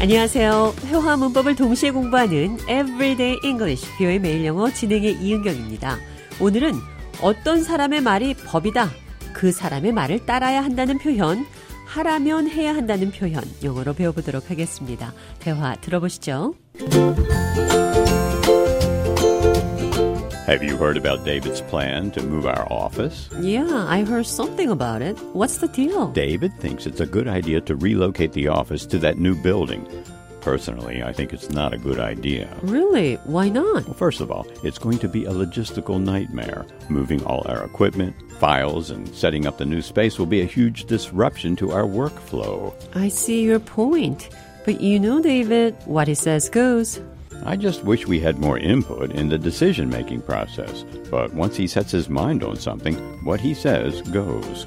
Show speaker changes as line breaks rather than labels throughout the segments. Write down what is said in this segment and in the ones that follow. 안녕하세요. 회화 문법을 동시에 공부하는 Everyday English 뷰의 매일 영어 진행의 이은경입니다. 오늘은 어떤 사람의 말이 법이다. 그 사람의 말을 따라야 한다는 표현, 하라면 해야 한다는 표현 영어로 배워보도록 하겠습니다. 대화 들어보시죠.
Have you heard about David's plan to move our office?
Yeah, I heard something about it. What's the deal?
David thinks it's a good idea to relocate the office to that new building. Personally, I think it's not a good idea.
Really? Why not?
Well, first of all, it's going to be a logistical nightmare. Moving all our equipment, files, and setting up the new space will be a huge disruption to our workflow.
I see your point. But you know, David, what he says goes.
I just wish we had more input in the decision making process. But once he sets his mind on something, what he says goes.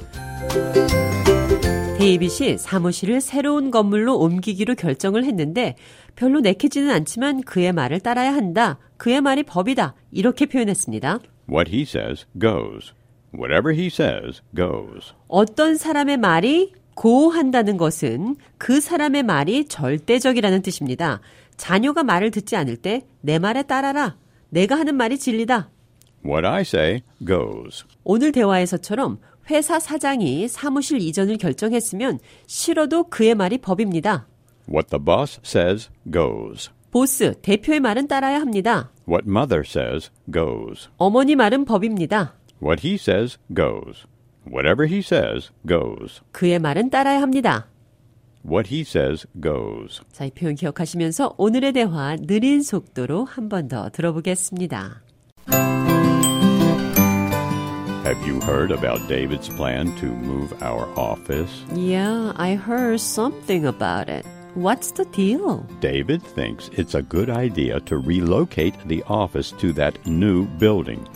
데이빗이 사무실을 새로운 건물로 옮기기로 결정을 했는데 별로 내키지는 않지만 그의 말을 따라야 한다. 그의 말이 법이다. 이렇게 표현했습니다.
What he says goes. Whatever he says goes.
어떤 사람의 말이 고한다는 것은 그 사람의 말이 절대적이라는 뜻입니다. 자녀가 말을 듣지 않을 때 내 말에 따라라. 내가 하는 말이 진리다.
What I say goes.
오늘 대화에서처럼 회사 사장이 사무실 이전을 결정했으면 싫어도 그의 말이 법입니다.
What the boss says goes.
보스, 대표의 말은 따라야 합니다.
What mother says goes.
어머니 말은 법입니다.
What he says goes. Whatever he says goes.
그의 말은 따라야 합니다.
What he says goes.
자, 이 표현 기억하시면서 오늘의 대화 느린 속도로 한 번 더 들어보겠습니다.
Have you heard about David's plan to move our office?
Yeah, I heard something about it. What's the deal?
David thinks it's a good idea to relocate the office to that new building.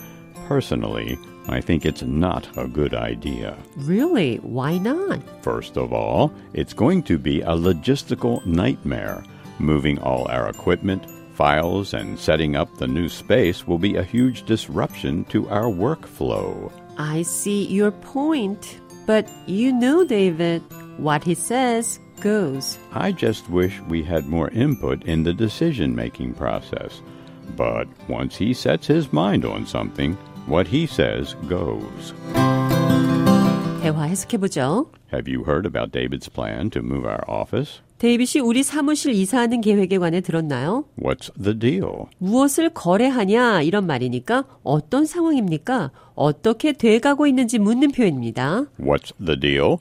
Personally, I think it's not a good idea.
Really? Why not?
First of all, it's going to be a logistical nightmare. Moving all our equipment, files, and setting up the new space will be a huge disruption to our workflow.
I see your point. But you know, David, what he says goes.
I just wish we had more input in the decision making process. But once he sets his mind on something, what he says goes.
대화 해석해보죠.
Have you heard about David's plan to move our office?
데이빗이 우리 사무실 이사하는 계획에 관해 들었나요?
What's the deal?
무엇을 거래하냐 이런 말이니까 어떤 상황입니까? 어떻게 돼가고 있는지 묻는 표현입니다.
What's the deal?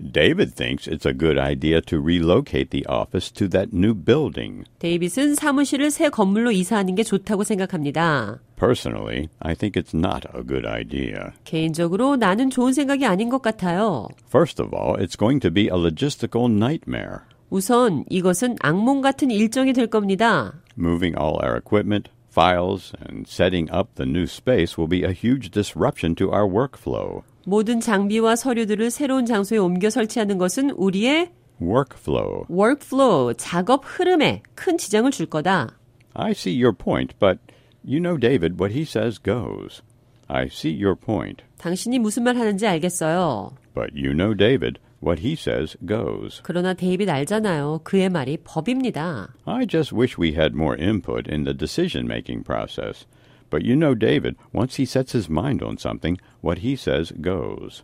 David thinks it's a good idea to relocate the office to that new building.
데이빗은 사무실을 새 건물로 이사하는 게 좋다고 생각합니다.
Personally, I think it's not a good idea.
개인적으로 나는 좋은 생각이 아닌 것 같아요.
First of all, it's going to be a logistical nightmare.
우선 이것은 악몽 같은 일정이 될 겁니다.
Moving all our equipment, files, and setting up the new space will be a huge disruption to our workflow.
모든 장비와 서류들을 새로운 장소에 옮겨 설치하는 것은 우리의
Workflow.
workflow, 작업 흐름에 큰 지장을 줄 거다.
I see your point, but you know, David, what he says goes. I see your point,
당신이 무슨 말 하는지 알겠어요.
but you know, David, what he says goes.
그러나 데이빗 알잖아요. 그의 말이 법입니다.
I just wish we had more input in the decision making process. But you know, David, once he sets his mind on something, what he says goes.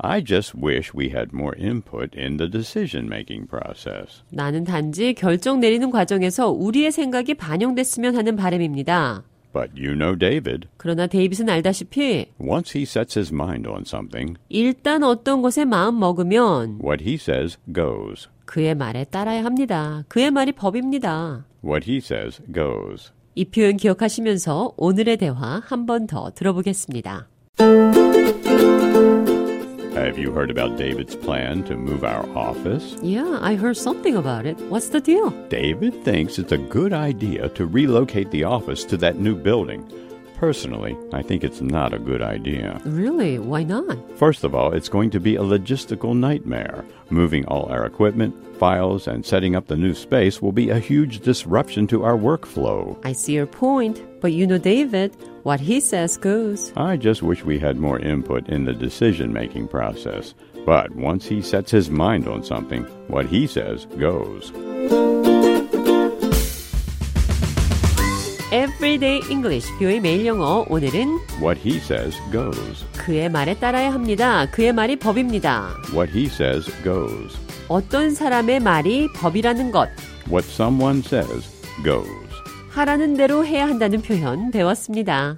I just wish we had more input in the decision making process.
나는 단지 결정 내리는 과정에서 우리의 생각이 반영됐으면 하는 바람입니다.
But you know, David,
그러나 데이빗은 알다시피
once he sets his mind on something,
일단 어떤 것에 마음 먹으면
what he says goes.
그의 말에 따라야 합니다. 그의 말이 법입니다.
What he says goes.
이 표현 기억하시면서 오늘의 대화 한 번 더 들어보겠습니다.
Have you heard about David's plan to move our office?
Yeah, I heard something about it. What's the deal?
David thinks it's a good idea to relocate the office to that new building. Personally, I think it's not a good idea.
Really? Why not?
First of all, it's going to be a logistical nightmare. Moving all our equipment, files, and setting up the new space will be a huge disruption to our workflow.
I see your point, but you know, David, what he says goes.
I just wish we had more input in the decision making process. But once he sets his mind on something, what he says goes.
Everyday English, 뷰의 매일 영어. 오늘은
What he says goes.
그의 말에 따라야 합니다. 그의 말이 법입니다.
What he says goes.
어떤 사람의 말이 법이라는 것,
What someone says goes.
하라는 대로 해야 한다는 표현 배웠습니다.